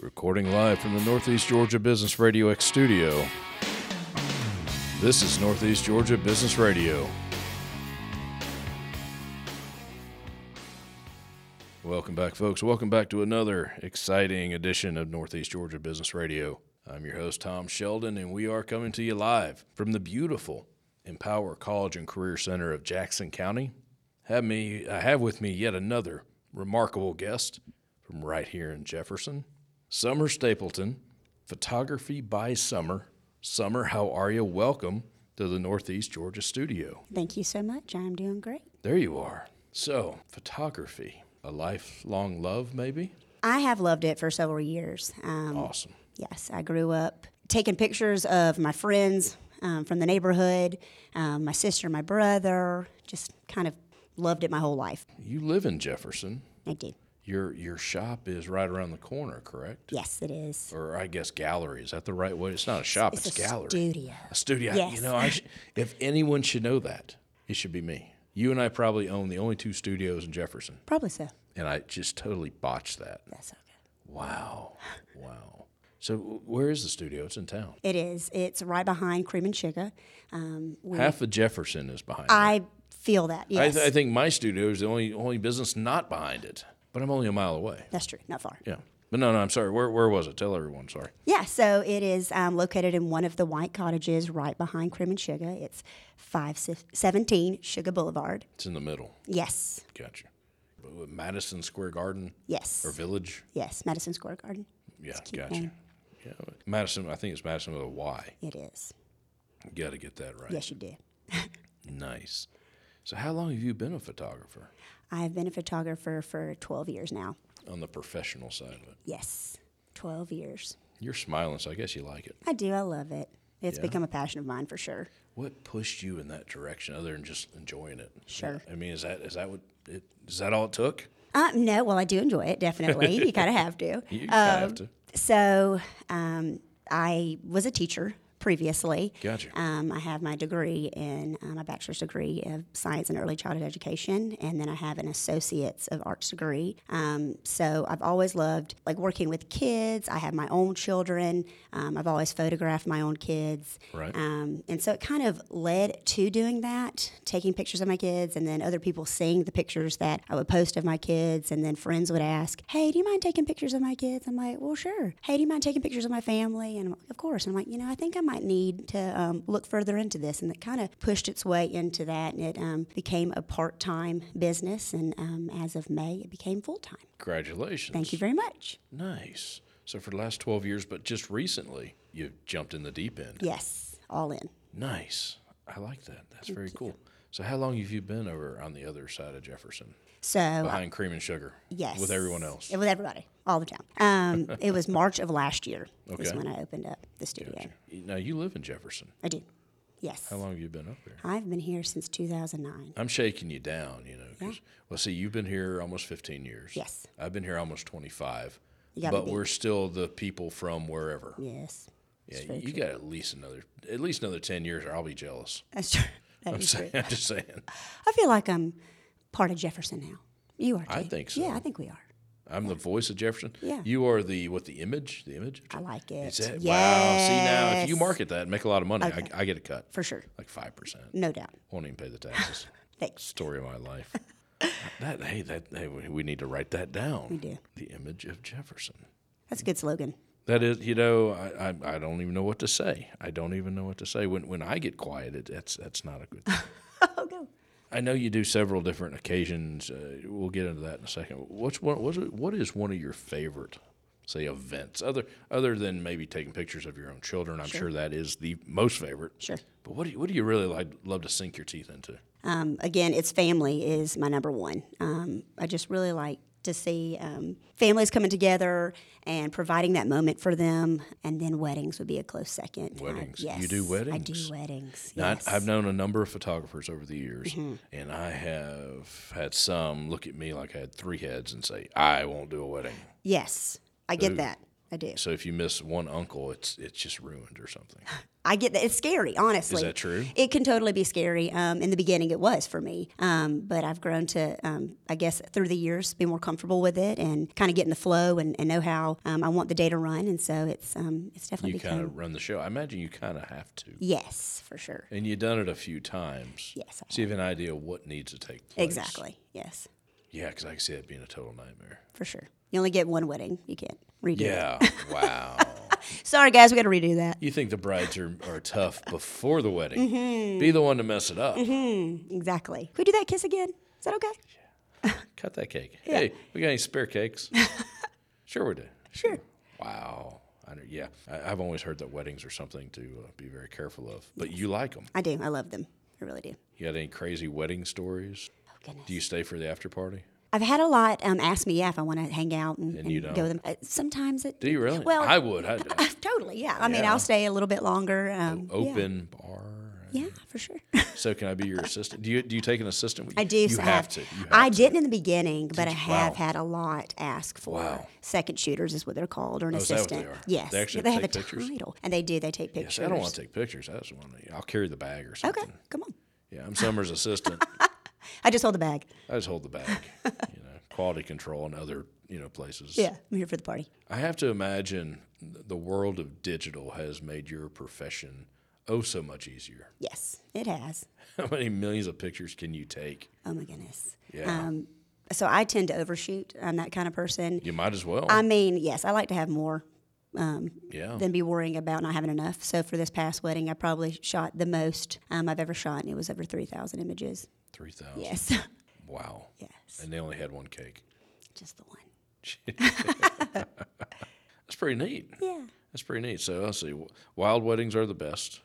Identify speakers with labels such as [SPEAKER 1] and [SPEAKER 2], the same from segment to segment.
[SPEAKER 1] Recording live from the Northeast Georgia Business Radio X studio. This is Northeast Georgia Business Radio. Welcome back, folks. Welcome back to another exciting edition of Northeast Georgia Business Radio. I'm your host, Tom Sheldon, and we are coming to you live from the beautiful Empower College and Career Center of Jackson County. Have me, I have with me yet another remarkable guest from right here in Jefferson, Summer Stapleton, photography by Summer. Summer, how are you? Welcome to the Northeast Georgia studio.
[SPEAKER 2] Thank you so much. I'm doing great.
[SPEAKER 1] There you are. So, photography, a lifelong love, maybe?
[SPEAKER 2] I have loved it for several years. Um,
[SPEAKER 1] Awesome.
[SPEAKER 2] Yes, I grew up taking pictures of my friends um, from the neighborhood, um, my sister, my brother, just kind of loved it my whole life.
[SPEAKER 1] You live in Jefferson.
[SPEAKER 2] I do.
[SPEAKER 1] Your your shop is right around the corner, correct?
[SPEAKER 2] Yes, it is.
[SPEAKER 1] Or I guess gallery. Is that the right way? It's not a shop, it's,
[SPEAKER 2] It's a
[SPEAKER 1] gallery.
[SPEAKER 2] studio.
[SPEAKER 1] A studio. You
[SPEAKER 2] Yes.
[SPEAKER 1] know, I sh- if anyone should know that, it should be me. You and I probably own the only two studios in Jefferson,
[SPEAKER 2] Probably so.
[SPEAKER 1] and I just totally botched that.
[SPEAKER 2] That's okay.
[SPEAKER 1] Wow. Wow. So where is the studio? It's in town.
[SPEAKER 2] It is. It's right behind Cream and Sugar. Um, we-
[SPEAKER 1] Half of Jefferson is behind. it.
[SPEAKER 2] I feel that.
[SPEAKER 1] I,
[SPEAKER 2] Yes,
[SPEAKER 1] th- I think my studio is the only only business not behind it, but I'm only a mile away.
[SPEAKER 2] that's true. Not far.
[SPEAKER 1] Yeah. But no, no, I'm sorry. Where where was it? Tell everyone. Sorry.
[SPEAKER 2] Yeah, so it is um, located in one of the white cottages right behind Cream and Sugar. It's 517 Sugar Boulevard.
[SPEAKER 1] It's in the middle.
[SPEAKER 2] Yes,
[SPEAKER 1] Gotcha. But Madison Square Garden
[SPEAKER 2] yes,
[SPEAKER 1] or Village?
[SPEAKER 2] yes, Madison Square Garden.
[SPEAKER 1] Yeah,
[SPEAKER 2] cute
[SPEAKER 1] gotcha.
[SPEAKER 2] name.
[SPEAKER 1] Yeah, but Madison. I think it's Madison with a Y.
[SPEAKER 2] It is.
[SPEAKER 1] You got to get that right.
[SPEAKER 2] Yes, you did.
[SPEAKER 1] Nice. So, how long have you been a photographer
[SPEAKER 2] I've been a photographer for 12 years now.
[SPEAKER 1] on the professional side of it?
[SPEAKER 2] Yes, 12 years.
[SPEAKER 1] You're smiling, so I guess you like it.
[SPEAKER 2] I do. I love it. It's become a passion of mine for sure.
[SPEAKER 1] What pushed you in that direction, other than just enjoying it?
[SPEAKER 2] Sure.
[SPEAKER 1] I mean, is that is that what it, is that all it took?
[SPEAKER 2] Uh, no, well, I do enjoy it, definitely. you kind of have to.
[SPEAKER 1] You kinda have to.
[SPEAKER 2] So um, I was a teacher previously.
[SPEAKER 1] Gotcha.
[SPEAKER 2] Um, I have my degree in uh, my bachelor's degree of science and early childhood education, and then I have an associate's of arts degree. Um, so I've always loved like working with kids. I have my own children. Um, I've always photographed my own kids.
[SPEAKER 1] Right.
[SPEAKER 2] Um, and so it kind of led to doing that, taking pictures of my kids, and then other people seeing the pictures that I would post of my kids, and then friends would ask, "Hey, do you mind taking pictures of my kids?" I'm like, "Well, sure." Hey, do you mind taking pictures of my family? And I'm like, of course. And I'm like, you know, I think I might need to um, look further into this, and it kind of pushed its way into that, and it um, became a part-time business, and um, as of May, it became full-time.
[SPEAKER 1] Congratulations.
[SPEAKER 2] Thank you very much.
[SPEAKER 1] Nice. So for the last twelve years, but just recently, you jumped in the deep end.
[SPEAKER 2] Yes, all in.
[SPEAKER 1] Nice. I like that. That's very cool. So, how long have you been over on the other side of Jefferson,
[SPEAKER 2] So
[SPEAKER 1] behind Cream and Sugar?
[SPEAKER 2] Uh, Yes.
[SPEAKER 1] With everyone else.
[SPEAKER 2] With everybody, all the time. Um, it was March of last year is
[SPEAKER 1] Okay.
[SPEAKER 2] when I opened up the studio.
[SPEAKER 1] Now you live in Jefferson.
[SPEAKER 2] I do. Yes.
[SPEAKER 1] How long have you been up there?
[SPEAKER 2] I've been here since 2009.
[SPEAKER 1] I'm shaking you down, you know. 'cause- Well, see, you've been here almost 15 years.
[SPEAKER 2] Yes.
[SPEAKER 1] I've been here almost 25.
[SPEAKER 2] You gotta
[SPEAKER 1] but
[SPEAKER 2] be.
[SPEAKER 1] we're still the people from wherever.
[SPEAKER 2] Yes.
[SPEAKER 1] Yeah,
[SPEAKER 2] very
[SPEAKER 1] you got at least another at least another 10 years, or I'll be jealous.
[SPEAKER 2] That's true. That
[SPEAKER 1] I'm
[SPEAKER 2] is true.
[SPEAKER 1] saying, I'm just saying.
[SPEAKER 2] I feel like I'm part of Jefferson now. You are too.
[SPEAKER 1] I think so.
[SPEAKER 2] Yeah, I think we are.
[SPEAKER 1] I'm the voice of Jefferson.
[SPEAKER 2] Yeah.
[SPEAKER 1] You are the what? The image? The image? of
[SPEAKER 2] I like
[SPEAKER 1] Is
[SPEAKER 2] it.
[SPEAKER 1] it? Wow.
[SPEAKER 2] Yes.
[SPEAKER 1] See now, if you market that and make a lot of money, I, I get a cut,
[SPEAKER 2] For sure.
[SPEAKER 1] like five percent.
[SPEAKER 2] No doubt.
[SPEAKER 1] Won't even pay the taxes.
[SPEAKER 2] Thanks.
[SPEAKER 1] Story of my life. that hey, that hey, we we need to write that down. We
[SPEAKER 2] do.
[SPEAKER 1] The image of Jefferson.
[SPEAKER 2] That's a good slogan.
[SPEAKER 1] That is, you know, I, I, I don't even know what to say. I don't even know what to say. When when I get quiet, it, that's that's not a good. thing.
[SPEAKER 2] Oh, go.
[SPEAKER 1] I know you do several different occasions. Uh, we'll get into that in a second. What's one? What's, what is one of your favorite, say, events? Other other than maybe taking pictures of your own children, I'm sure, that is the most favorite.
[SPEAKER 2] Sure.
[SPEAKER 1] But what do you, what do you really like love to sink your teeth into?
[SPEAKER 2] Um, again, it's family is my number one. Um, I just really like to see um, families coming together and providing that moment for them, and then weddings would be a close second. I-
[SPEAKER 1] Weddings. You
[SPEAKER 2] yes,
[SPEAKER 1] do
[SPEAKER 2] I
[SPEAKER 1] weddings?
[SPEAKER 2] do weddings.
[SPEAKER 1] Now, I-
[SPEAKER 2] yes. Mm-hmm.
[SPEAKER 1] I've known a number of photographers over the years, and I have had some look at me like I had three heads and say, "I won't do a wedding."
[SPEAKER 2] yes, I get that. I do.
[SPEAKER 1] So if you miss one uncle, it's it's just ruined or something.
[SPEAKER 2] I get that. It's scary, honestly.
[SPEAKER 1] Is that true?
[SPEAKER 2] It can totally be scary. Um, in the beginning, it was for me. Um, but I've grown to, um, I guess, through the years, be more comfortable with it and kind of get in the flow and, and know how um, I want the day to run. And so it's um, it's definitely
[SPEAKER 1] You
[SPEAKER 2] become.
[SPEAKER 1] kind of run the show. I imagine you kind of have to.
[SPEAKER 2] Yes, for sure.
[SPEAKER 1] And you've done it a few times.
[SPEAKER 2] Yes, I
[SPEAKER 1] So you have an idea what needs to take place.
[SPEAKER 2] Exactly. Yes,
[SPEAKER 1] Yeah, because I can see that being a total nightmare.
[SPEAKER 2] for sure. You only get one wedding. You can't redo it.
[SPEAKER 1] Yeah. wow.
[SPEAKER 2] Sorry, guys. We got to redo that.
[SPEAKER 1] You think the brides are, are tough before the wedding.
[SPEAKER 2] Mm-hmm.
[SPEAKER 1] Be the one to mess it up.
[SPEAKER 2] Exactly. Could we do that kiss again? Is that okay?
[SPEAKER 1] Cut that cake. Hey, we got any spare cakes? sure, we do.
[SPEAKER 2] Sure.
[SPEAKER 1] Wow. I know, yeah. I, I've always heard that weddings are something to uh, be very careful of, but you like them.
[SPEAKER 2] I do. I love them. I really do.
[SPEAKER 1] You got any crazy wedding stories?
[SPEAKER 2] Oh, goodness.
[SPEAKER 1] Do you stay for the after party?
[SPEAKER 2] I've had a lot um, ask me yeah, if I want to hang out and,
[SPEAKER 1] And you
[SPEAKER 2] and
[SPEAKER 1] don't?
[SPEAKER 2] go with them. Uh, sometimes it.
[SPEAKER 1] Do you really?
[SPEAKER 2] Well,
[SPEAKER 1] I would. I,
[SPEAKER 2] totally, yeah. I mean,
[SPEAKER 1] Yeah.
[SPEAKER 2] I'll stay a little bit longer. Um,
[SPEAKER 1] open bar.
[SPEAKER 2] Yeah, yeah for sure.
[SPEAKER 1] So can I be your assistant? Do you do you take an assistant? With you?
[SPEAKER 2] I do.
[SPEAKER 1] You
[SPEAKER 2] so I
[SPEAKER 1] have to. You have
[SPEAKER 2] I
[SPEAKER 1] to.
[SPEAKER 2] didn't in the beginning, but I
[SPEAKER 1] you?
[SPEAKER 2] have
[SPEAKER 1] Wow.
[SPEAKER 2] had a lot ask for
[SPEAKER 1] Wow. Oh,
[SPEAKER 2] second shooters, is what they're called, or an
[SPEAKER 1] is that what they
[SPEAKER 2] assistant.
[SPEAKER 1] are?
[SPEAKER 2] Yes,
[SPEAKER 1] They actually
[SPEAKER 2] but they have a
[SPEAKER 1] take pictures?
[SPEAKER 2] title, and they do. They take pictures.
[SPEAKER 1] Yes, I don't want Mm. to take pictures. I just want to. I'll carry the bag or something.
[SPEAKER 2] Okay, come on.
[SPEAKER 1] Yeah, I'm Summer's assistant.
[SPEAKER 2] I just hold the bag.
[SPEAKER 1] I just hold the bag. You know, quality control and other you know places.
[SPEAKER 2] Yeah, I'm here for the party.
[SPEAKER 1] I have to imagine th- the world of digital has made your profession oh so much easier.
[SPEAKER 2] Yes, it has.
[SPEAKER 1] How many millions of pictures can you take?
[SPEAKER 2] Oh my goodness.
[SPEAKER 1] Yeah.
[SPEAKER 2] Um, so I tend to overshoot. I'm that kind of person.
[SPEAKER 1] You might as well.
[SPEAKER 2] I mean, yes, I like to have more
[SPEAKER 1] yeah.
[SPEAKER 2] than be worrying about not having enough. So for this past wedding, I probably shot the most um, I've ever shot, and it was over three thousand images.
[SPEAKER 1] 3,000.
[SPEAKER 2] Yes,
[SPEAKER 1] Wow.
[SPEAKER 2] yes,
[SPEAKER 1] And they only had one cake.
[SPEAKER 2] just the one.
[SPEAKER 1] That's pretty neat.
[SPEAKER 2] Yeah,
[SPEAKER 1] That's pretty neat. So let's see. W- Wild weddings are the best.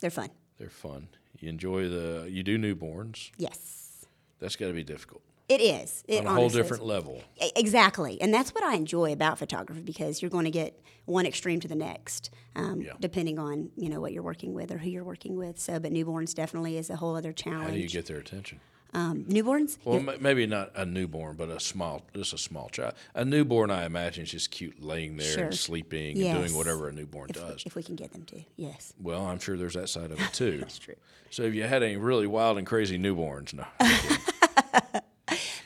[SPEAKER 2] they're fun.
[SPEAKER 1] They're fun. You enjoy the. You do newborns.
[SPEAKER 2] Yes,
[SPEAKER 1] That's got to be difficult
[SPEAKER 2] it is. It
[SPEAKER 1] on a whole
[SPEAKER 2] honestly is.
[SPEAKER 1] different level.
[SPEAKER 2] E- Exactly, and that's what I enjoy about photography because you're going to get one extreme to the next, um,
[SPEAKER 1] Yeah.
[SPEAKER 2] depending on you know what you're working with or who you're working with. So, but newborns definitely is a whole other
[SPEAKER 1] How do you
[SPEAKER 2] challenge.
[SPEAKER 1] get their attention?
[SPEAKER 2] um, newborns,
[SPEAKER 1] Well, ma- maybe not a newborn, but a small, just a small child. A newborn, I imagine, is just cute laying there
[SPEAKER 2] Sure.
[SPEAKER 1] and sleeping and
[SPEAKER 2] Yes.
[SPEAKER 1] doing whatever a newborn does.
[SPEAKER 2] if we can get them to, yes,
[SPEAKER 1] Well, I'm sure there's that side of it too.
[SPEAKER 2] that's true.
[SPEAKER 1] so, have you had any really wild and crazy newborns? No.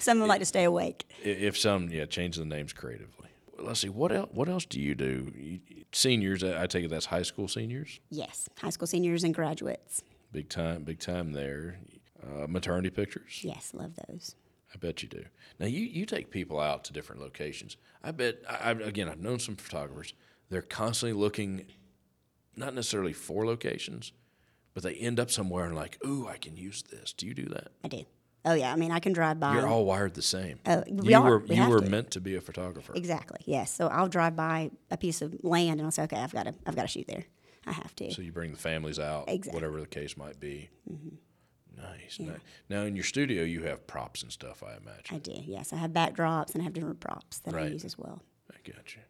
[SPEAKER 2] Some of them like to stay awake.
[SPEAKER 1] I- if some, yeah, change the names creatively. Well, Let's see. What else? What else do you do? You- Seniors, I I take it that's high school seniors.
[SPEAKER 2] Yes, high school seniors and graduates.
[SPEAKER 1] Big time, big time there. Uh, maternity pictures.
[SPEAKER 2] Yes, love those.
[SPEAKER 1] I bet you do. Now you, you take people out to different locations. I bet. I, I've, again, I've known some photographers. They're constantly looking, not necessarily for locations, but they end up somewhere and like, ooh, I can use this. Do you do that?
[SPEAKER 2] I do. Oh yeah, I mean I can drive by.
[SPEAKER 1] You're all wired the same.
[SPEAKER 2] Oh, Um, we
[SPEAKER 1] you
[SPEAKER 2] are.
[SPEAKER 1] were
[SPEAKER 2] We
[SPEAKER 1] you
[SPEAKER 2] have
[SPEAKER 1] were
[SPEAKER 2] to.
[SPEAKER 1] meant to be a photographer.
[SPEAKER 2] exactly. Yes. So I'll drive by a piece of land and I'll say, okay, I've got to, I've got to shoot there. I have to.
[SPEAKER 1] So you bring the families out,
[SPEAKER 2] Exactly. Mm-hmm.
[SPEAKER 1] whatever the case might be. Nice, nice. Now in your studio, you have props and stuff. I imagine.
[SPEAKER 2] I do. Yes, I have backdrops and I have different props that I
[SPEAKER 1] Right.
[SPEAKER 2] use as well.
[SPEAKER 1] I, got you.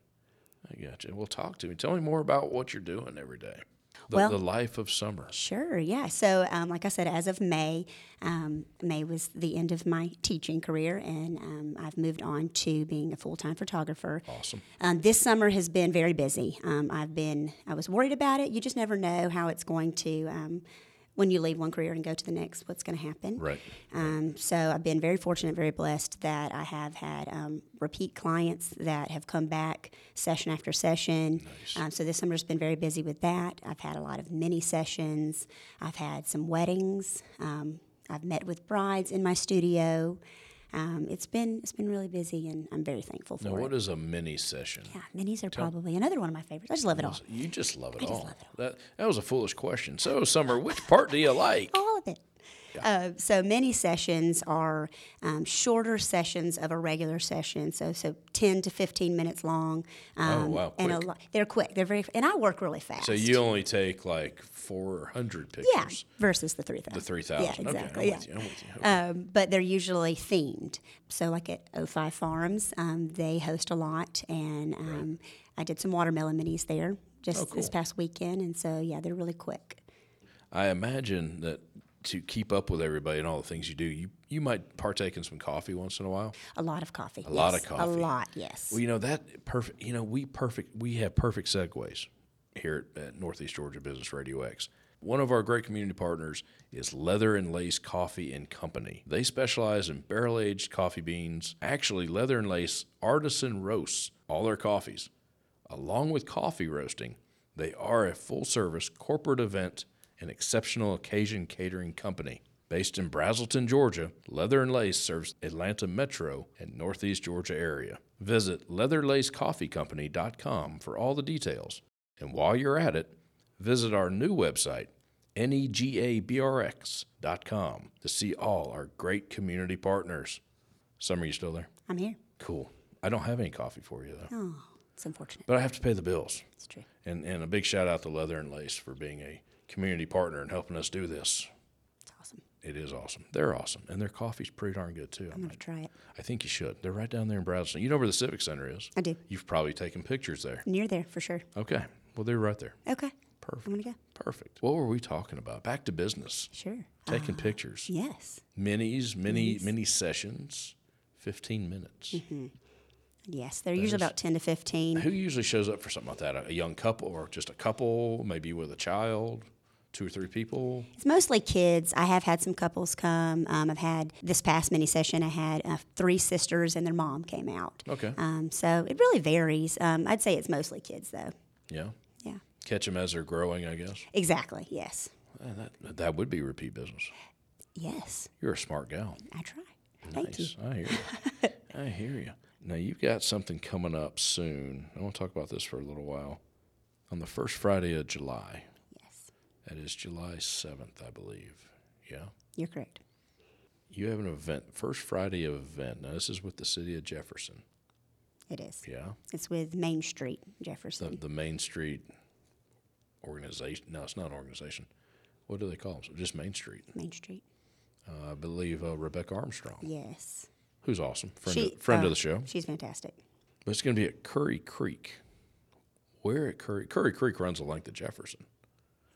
[SPEAKER 1] I got you. Well, talk to me. Tell me more about what you're doing every day. The,
[SPEAKER 2] Well-
[SPEAKER 1] the life of summer.
[SPEAKER 2] Sure. Yeah. So, um, like I said, as of May, um, May was the end of my teaching career, and um, I've moved on to being a full time photographer.
[SPEAKER 1] Awesome.
[SPEAKER 2] Um, this summer has been very busy. Um, I've been, I was worried about it. You just never know how it's going to, um, when you leave one career and go to the next, what's going to happen.
[SPEAKER 1] Right.
[SPEAKER 2] Um, so I've been very fortunate, very blessed that I have had um, repeat clients that have come back session after session. Um, so this summer's been very busy with that. I've had a lot of mini sessions. I've had some weddings. Um, I've met with brides in my studio. Um, it's been it's been really busy, and I'm very thankful for
[SPEAKER 1] Now,
[SPEAKER 2] it.
[SPEAKER 1] what is a mini session?
[SPEAKER 2] Yeah, minis are probably another one of my favorites. I just love it all.
[SPEAKER 1] You just love it, all. That that was a foolish question. So, Summer, which part do you like?
[SPEAKER 2] All of it. Uh, so many sessions are um, shorter sessions of a regular session, so so ten to fifteen minutes long. Um,
[SPEAKER 1] Oh, wow,
[SPEAKER 2] And a lot, they're quick. They're very, and I work really fast.
[SPEAKER 1] So you only take like 400 pictures.
[SPEAKER 2] yeah, versus the three thousand.
[SPEAKER 1] The 3,000.
[SPEAKER 2] Yeah,
[SPEAKER 1] Okay, I'm
[SPEAKER 2] exactly. yeah.
[SPEAKER 1] with you. I'm with you.
[SPEAKER 2] Um, but they're usually themed. So, like at O5 Farms, um, they host a lot, and um, I did some watermelon minis
[SPEAKER 1] Oh,
[SPEAKER 2] there just this past weekend. And so, yeah, they're really quick.
[SPEAKER 1] I imagine that to keep up with everybody and all the things you do, you you might partake in some coffee once in a while.
[SPEAKER 2] A lot of coffee. A
[SPEAKER 1] lot of
[SPEAKER 2] A
[SPEAKER 1] coffee.
[SPEAKER 2] lot, yes.
[SPEAKER 1] Well, you know that perfect. You know we perfect. We have perfect segues here at, at Northeast Georgia Business Radio X. One of our great community partners is Leather and Lace Coffee and Company. They specialize in barrel aged coffee beans, actually leather and lace artisan roasts all their coffees. Along with coffee roasting, they are a full service corporate event and exceptional occasion catering company. Based in Brazelton, Georgia, Leather and Lace serves Atlanta Metro and Northeast Georgia area. Visit leatherlacecoffeecompany.com for all the details. And while you're at it, visit our new website, E negabrx.com, to see all our great community partners. Summer, you still there?
[SPEAKER 2] I'm here.
[SPEAKER 1] Cool. I don't have any coffee for you, though,
[SPEAKER 2] Oh, it's unfortunate.
[SPEAKER 1] but I have to pay the bills.
[SPEAKER 2] It's true.
[SPEAKER 1] And, and a big shout out to Leather and Lace for being a community partner and helping us do this.
[SPEAKER 2] It's awesome.
[SPEAKER 1] It is awesome. They're awesome. And their coffee's pretty darn good, too. I
[SPEAKER 2] I'm
[SPEAKER 1] might-
[SPEAKER 2] going to try it.
[SPEAKER 1] I think you should. They're right down there in Bradenton. You know where the Civic Center is?
[SPEAKER 2] I do.
[SPEAKER 1] You've probably taken pictures there.
[SPEAKER 2] Near there for sure.
[SPEAKER 1] Okay. Well, they're right there.
[SPEAKER 2] Okay.
[SPEAKER 1] Perfect.
[SPEAKER 2] I'm going to go.
[SPEAKER 1] Perfect. What were we talking about? Back to business.
[SPEAKER 2] Sure. Uh,
[SPEAKER 1] Taking pictures.
[SPEAKER 2] yes.
[SPEAKER 1] Minis, mini, mini sessions, 15 minutes.
[SPEAKER 2] Yes. They're usually about 10 to 15.
[SPEAKER 1] Who usually shows up for something like that? A, a young couple or just a couple, maybe with a child, two or three people?
[SPEAKER 2] It's mostly kids. I have had some couples come. Um, I've had this past mini session, I had uh, three sisters and their mom came out.
[SPEAKER 1] Okay.
[SPEAKER 2] Um, so it really varies. Um, I'd say it's mostly kids, though.
[SPEAKER 1] Yeah.
[SPEAKER 2] Yeah.
[SPEAKER 1] Catch them as they're growing, I guess.
[SPEAKER 2] Exactly. Yes.
[SPEAKER 1] Uh, That, that would be repeat business.
[SPEAKER 2] Yes.
[SPEAKER 1] You're a smart gal.
[SPEAKER 2] I try. Thank you.
[SPEAKER 1] Nice. I hear you. I hear you. Now you've got something coming up soon. I want to talk about this for a little while. On the first Friday of July.
[SPEAKER 2] Yes.
[SPEAKER 1] That is July seventh, I believe. Yeah.
[SPEAKER 2] You're correct.
[SPEAKER 1] You have an event, first Friday of event. Now this is with the city of Jefferson.
[SPEAKER 2] It is.
[SPEAKER 1] Yeah.
[SPEAKER 2] It's with Main Street,
[SPEAKER 1] The,
[SPEAKER 2] Jefferson.
[SPEAKER 1] the Main Street organization. No, it's not an organization. What do they call them? Just Main Street.
[SPEAKER 2] Main Street.
[SPEAKER 1] Uh, I believe uh, Rebecca Armstrong,
[SPEAKER 2] Yes.
[SPEAKER 1] who's awesome, friend of, friend
[SPEAKER 2] oh,
[SPEAKER 1] of the show.
[SPEAKER 2] She's fantastic.
[SPEAKER 1] But it's going to be at Curry Creek. Where at Curry Curry Creek runs the length of Jefferson.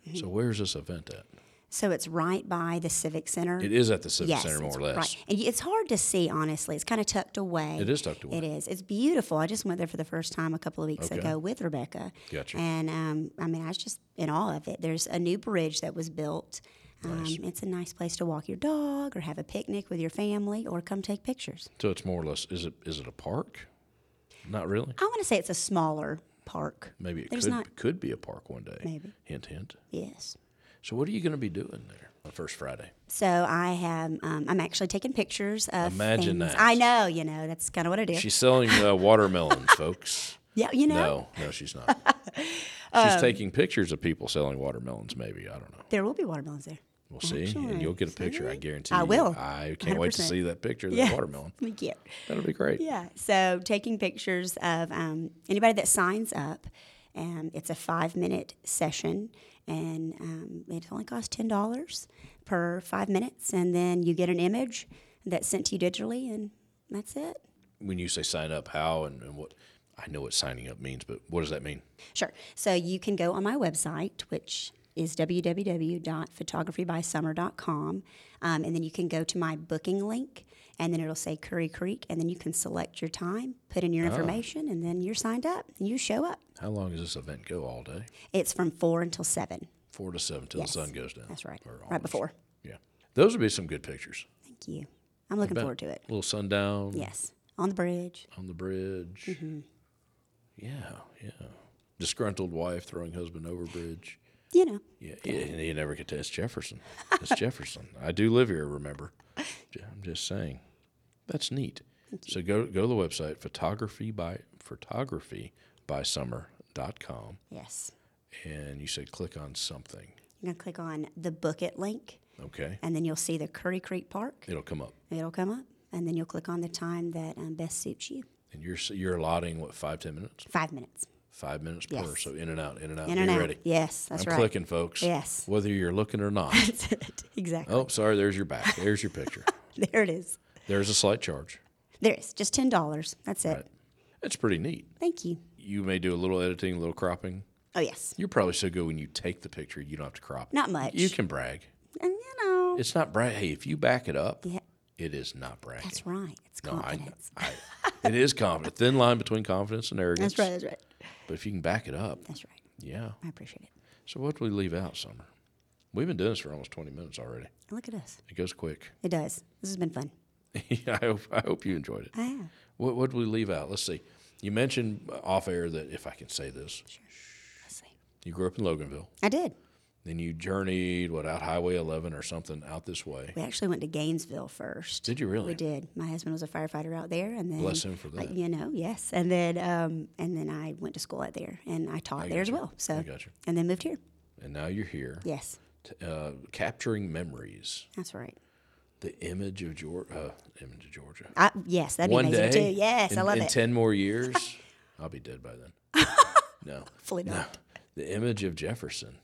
[SPEAKER 2] Mm-hmm.
[SPEAKER 1] So where's this event at?
[SPEAKER 2] So it's right by the Civic Center.
[SPEAKER 1] It is at the Civic
[SPEAKER 2] yes,
[SPEAKER 1] Center, more
[SPEAKER 2] it's
[SPEAKER 1] or less.
[SPEAKER 2] Right. And it's hard to see, honestly. It's kind of tucked away.
[SPEAKER 1] It is tucked away.
[SPEAKER 2] It is. It's beautiful. I just went there for the first time a couple of weeks
[SPEAKER 1] Okay.
[SPEAKER 2] ago with Rebecca.
[SPEAKER 1] Gotcha.
[SPEAKER 2] And um, I mean, I was just in awe of it. There's a new bridge that was built. Um, it's a nice place to walk your dog or have a picnic with your family or come take pictures.
[SPEAKER 1] So it's more or less. Is it is it a park? Not really.
[SPEAKER 2] I want to say it's a smaller park.
[SPEAKER 1] Maybe it
[SPEAKER 2] There's
[SPEAKER 1] could
[SPEAKER 2] not-
[SPEAKER 1] could be a park one day.
[SPEAKER 2] Maybe.
[SPEAKER 1] Hint hint.
[SPEAKER 2] Yes.
[SPEAKER 1] So what are you going to be doing there on first Friday?
[SPEAKER 2] So I have, um, I'm actually taking pictures of
[SPEAKER 1] Imagine
[SPEAKER 2] things.
[SPEAKER 1] that.
[SPEAKER 2] I know, you know, that's kind of what I do.
[SPEAKER 1] She's selling uh, watermelons, folks.
[SPEAKER 2] yeah, you know,
[SPEAKER 1] No, no, she's not. She's
[SPEAKER 2] Um,
[SPEAKER 1] taking pictures of people selling watermelons. Maybe I don't know.
[SPEAKER 2] there will be watermelons there.
[SPEAKER 1] We'll see, and you'll get a picture. I guarantee.
[SPEAKER 2] I
[SPEAKER 1] you.
[SPEAKER 2] will.
[SPEAKER 1] I can't wait to
[SPEAKER 2] 100%.
[SPEAKER 1] see that picture of the
[SPEAKER 2] Yes.
[SPEAKER 1] watermelon.
[SPEAKER 2] We get.
[SPEAKER 1] That'll be great.
[SPEAKER 2] Yeah. So taking pictures of um, anybody that signs up, and it's a five minute session, and um, it only costs ten dollars per five minutes, and then you get an image that's sent to you digitally, and that's it.
[SPEAKER 1] When you say sign up, how and, and what? I know what signing up means, but what does that mean?
[SPEAKER 2] Sure. So you can go on my website, which is www.photographybysummer.com, um, and then you can go to my booking link, and then it'll say Curry Creek, and then you can select your time, put in your information, and then you're signed up, and you show up.
[SPEAKER 1] How long does this event go? All day,
[SPEAKER 2] It's from four until seven.
[SPEAKER 1] four to seven till the sun goes down.
[SPEAKER 2] That's right.
[SPEAKER 1] Or
[SPEAKER 2] Right
[SPEAKER 1] almost.
[SPEAKER 2] before.
[SPEAKER 1] Yeah, those would be some good pictures.
[SPEAKER 2] Thank you. I'm looking forward to it.
[SPEAKER 1] little sundown
[SPEAKER 2] Yes. On the bridge.
[SPEAKER 1] on the bridge.
[SPEAKER 2] Mm-hmm.
[SPEAKER 1] Yeah, yeah. Disgruntled wife throwing husband over bridge.
[SPEAKER 2] You know,
[SPEAKER 1] Yeah, yeah, and you never get to. It's Jefferson. It's Jefferson. I do live here. Remember, J- I'm just saying, that's neat. So go go to the website photography by photography by summer.com
[SPEAKER 2] yes.
[SPEAKER 1] and you said click on something.
[SPEAKER 2] You're going to click on the book it link,
[SPEAKER 1] Okay,
[SPEAKER 2] and then you'll see the Curry Creek Park.
[SPEAKER 1] it'll come up,
[SPEAKER 2] It'll come up, and then you'll click on the time that um, best suits you.
[SPEAKER 1] and you're s- you're allotting what five ten minutes,
[SPEAKER 2] Five minutes.
[SPEAKER 1] five minutes per.
[SPEAKER 2] Yes.
[SPEAKER 1] So in and out, in and out.
[SPEAKER 2] In
[SPEAKER 1] Be
[SPEAKER 2] and out.
[SPEAKER 1] ready.
[SPEAKER 2] Yes, that's
[SPEAKER 1] I'm
[SPEAKER 2] right.
[SPEAKER 1] clicking, folks.
[SPEAKER 2] Yes.
[SPEAKER 1] Whether you're looking or not.
[SPEAKER 2] That's it. Exactly.
[SPEAKER 1] oh, sorry. There's your back. There's your picture.
[SPEAKER 2] There it is.
[SPEAKER 1] There's a slight charge.
[SPEAKER 2] There it is. Just ten dollars. That's it.
[SPEAKER 1] That's pretty neat.
[SPEAKER 2] Thank you.
[SPEAKER 1] You may do a little editing, a little cropping.
[SPEAKER 2] Oh yes.
[SPEAKER 1] You're probably so good when you take the picture, you don't have to crop. it.
[SPEAKER 2] Not much.
[SPEAKER 1] You can brag.
[SPEAKER 2] and you know, know.
[SPEAKER 1] It's not brag. Hey, if you back it up,
[SPEAKER 2] yeah,
[SPEAKER 1] it is not bragging.
[SPEAKER 2] that's right. It's
[SPEAKER 1] No, I-
[SPEAKER 2] confidence.
[SPEAKER 1] I, it is confidence. Thin line between confidence and arrogance.
[SPEAKER 2] that's right. That's right.
[SPEAKER 1] But if you can back it up,
[SPEAKER 2] That's right.
[SPEAKER 1] yeah.
[SPEAKER 2] I appreciate it.
[SPEAKER 1] So what do we leave out, Summer? We've been doing this for almost 20 minutes already.
[SPEAKER 2] Look at us.
[SPEAKER 1] It goes quick.
[SPEAKER 2] It does. This has been fun.
[SPEAKER 1] I hope I hope you enjoyed it.
[SPEAKER 2] I have.
[SPEAKER 1] What what do we leave out? Let's see. You mentioned off air that if I can say this,
[SPEAKER 2] Let's see.
[SPEAKER 1] you grew up in Loganville.
[SPEAKER 2] I did.
[SPEAKER 1] Then you journeyed what out Highway 11 or something out this way.
[SPEAKER 2] We actually went to Gainesville first.
[SPEAKER 1] Did you really?
[SPEAKER 2] We did. My husband was a firefighter out there, and then
[SPEAKER 1] Bless him for
[SPEAKER 2] uh,
[SPEAKER 1] that.
[SPEAKER 2] you know, yes, and then um, and then I went to school out there, and I taught there as well. So
[SPEAKER 1] I got you.
[SPEAKER 2] and then moved here.
[SPEAKER 1] And now you're here,
[SPEAKER 2] Yes,
[SPEAKER 1] t- uh, capturing memories,
[SPEAKER 2] that's right.
[SPEAKER 1] the image of Georgia, uh, image of Georgia.
[SPEAKER 2] I, yes, that'd be
[SPEAKER 1] One
[SPEAKER 2] amazing
[SPEAKER 1] day,
[SPEAKER 2] too. Yes,
[SPEAKER 1] in,
[SPEAKER 2] I love
[SPEAKER 1] in
[SPEAKER 2] it.
[SPEAKER 1] ten more years, I'll be dead by then. No,
[SPEAKER 2] Hopefully
[SPEAKER 1] no,
[SPEAKER 2] not.
[SPEAKER 1] the image of Jefferson.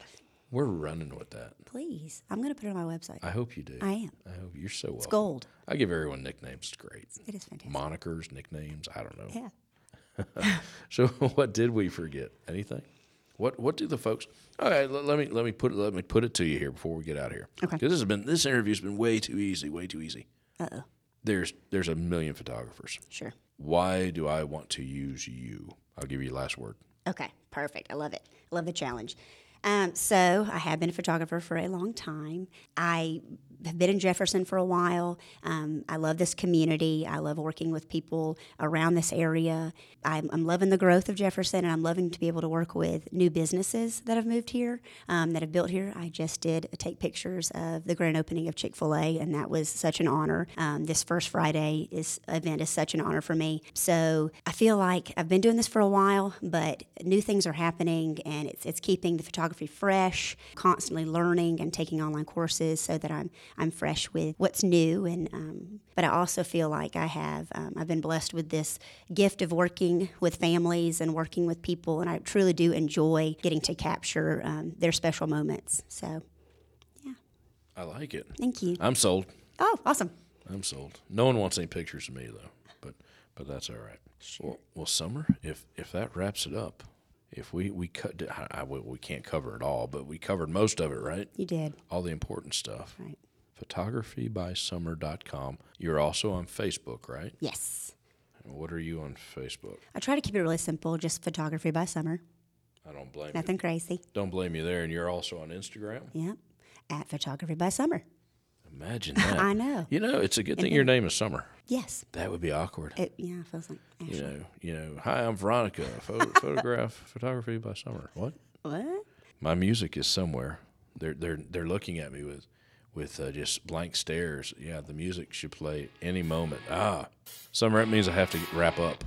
[SPEAKER 1] We're running with that.
[SPEAKER 2] Please, I'm going to put it on my website.
[SPEAKER 1] I hope you do.
[SPEAKER 2] I am.
[SPEAKER 1] I hope you're so welcome.
[SPEAKER 2] Gold.
[SPEAKER 1] I give everyone nicknames. It's great.
[SPEAKER 2] It is fantastic.
[SPEAKER 1] Monikers, nicknames. I don't know.
[SPEAKER 2] Yeah.
[SPEAKER 1] So what did we forget? Anything? What What do the folks? All right, let, let me let me put let me put it to you here before we get out of here.
[SPEAKER 2] Okay.
[SPEAKER 1] Because this has been this interview's been way too easy, way too easy.
[SPEAKER 2] Uh oh.
[SPEAKER 1] There's there's a million photographers.
[SPEAKER 2] Sure.
[SPEAKER 1] Why do I want to use you? I'll give you the last word.
[SPEAKER 2] Okay, perfect. I love it. I love the challenge. Um, so I have been a photographer for a long time. I have been in Jefferson for a while. Um, I love this community. I love working with people around this area. I'm, I'm loving the growth of Jefferson, and I'm loving to be able to work with new businesses that have moved here, um, that have built here. I just did take pictures of the grand opening of Chick Fil A, and that was such an honor. Um, this first Friday is event is such an honor for me. So I feel like I've been doing this for a while, but new things are happening, and it's it's keeping the photography fresh, constantly learning and taking online courses so that I'm I'm fresh with what's new. And um, but I also feel like I have um, I've been blessed with this gift of working with families and working with people, and I truly do enjoy getting to capture um, their special moments. So
[SPEAKER 1] I like it.
[SPEAKER 2] thank you.
[SPEAKER 1] I'm sold.
[SPEAKER 2] Oh, awesome.
[SPEAKER 1] I'm sold. No one wants any pictures of me though, but but that's all right. Well, well, summer. If if that wraps it up, if we we cut, I, I- we, we can't cover it all, but we covered most of it, right?
[SPEAKER 2] You did.
[SPEAKER 1] All the important stuff.
[SPEAKER 2] Right.
[SPEAKER 1] Photographybysummer.com. You're also on Facebook, right?
[SPEAKER 2] Yes.
[SPEAKER 1] What are you on Facebook?
[SPEAKER 2] I try to keep it really simple, just photography by summer.
[SPEAKER 1] I don't blame you.
[SPEAKER 2] Nothing crazy.
[SPEAKER 1] Don't blame you there. And you're also on Instagram.
[SPEAKER 2] Yep. At photography by summer.
[SPEAKER 1] Imagine that.
[SPEAKER 2] I know.
[SPEAKER 1] You know, it's a good thing your name is Summer.
[SPEAKER 2] Yes.
[SPEAKER 1] That would be awkward.
[SPEAKER 2] It, yeah, it feels like
[SPEAKER 1] You
[SPEAKER 2] Ashley.
[SPEAKER 1] know, you know. Hi, I'm Veronica. Pho- photograph photography by Summer. What?
[SPEAKER 2] What?
[SPEAKER 1] My music is somewhere. They're they're they're looking at me with with uh, just blank stares. Yeah, the music should play at any moment. Ah, summer. That means I have to wrap up.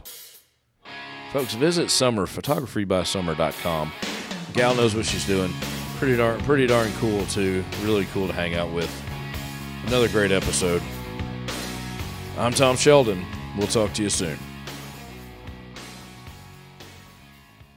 [SPEAKER 1] Folks, visit Summer photographabysummer.com. Gal knows what she's doing. Pretty darn pretty darn cool too. Really cool to hang out with. Another great episode. I'm Tom Sheldon. We'll talk to you soon.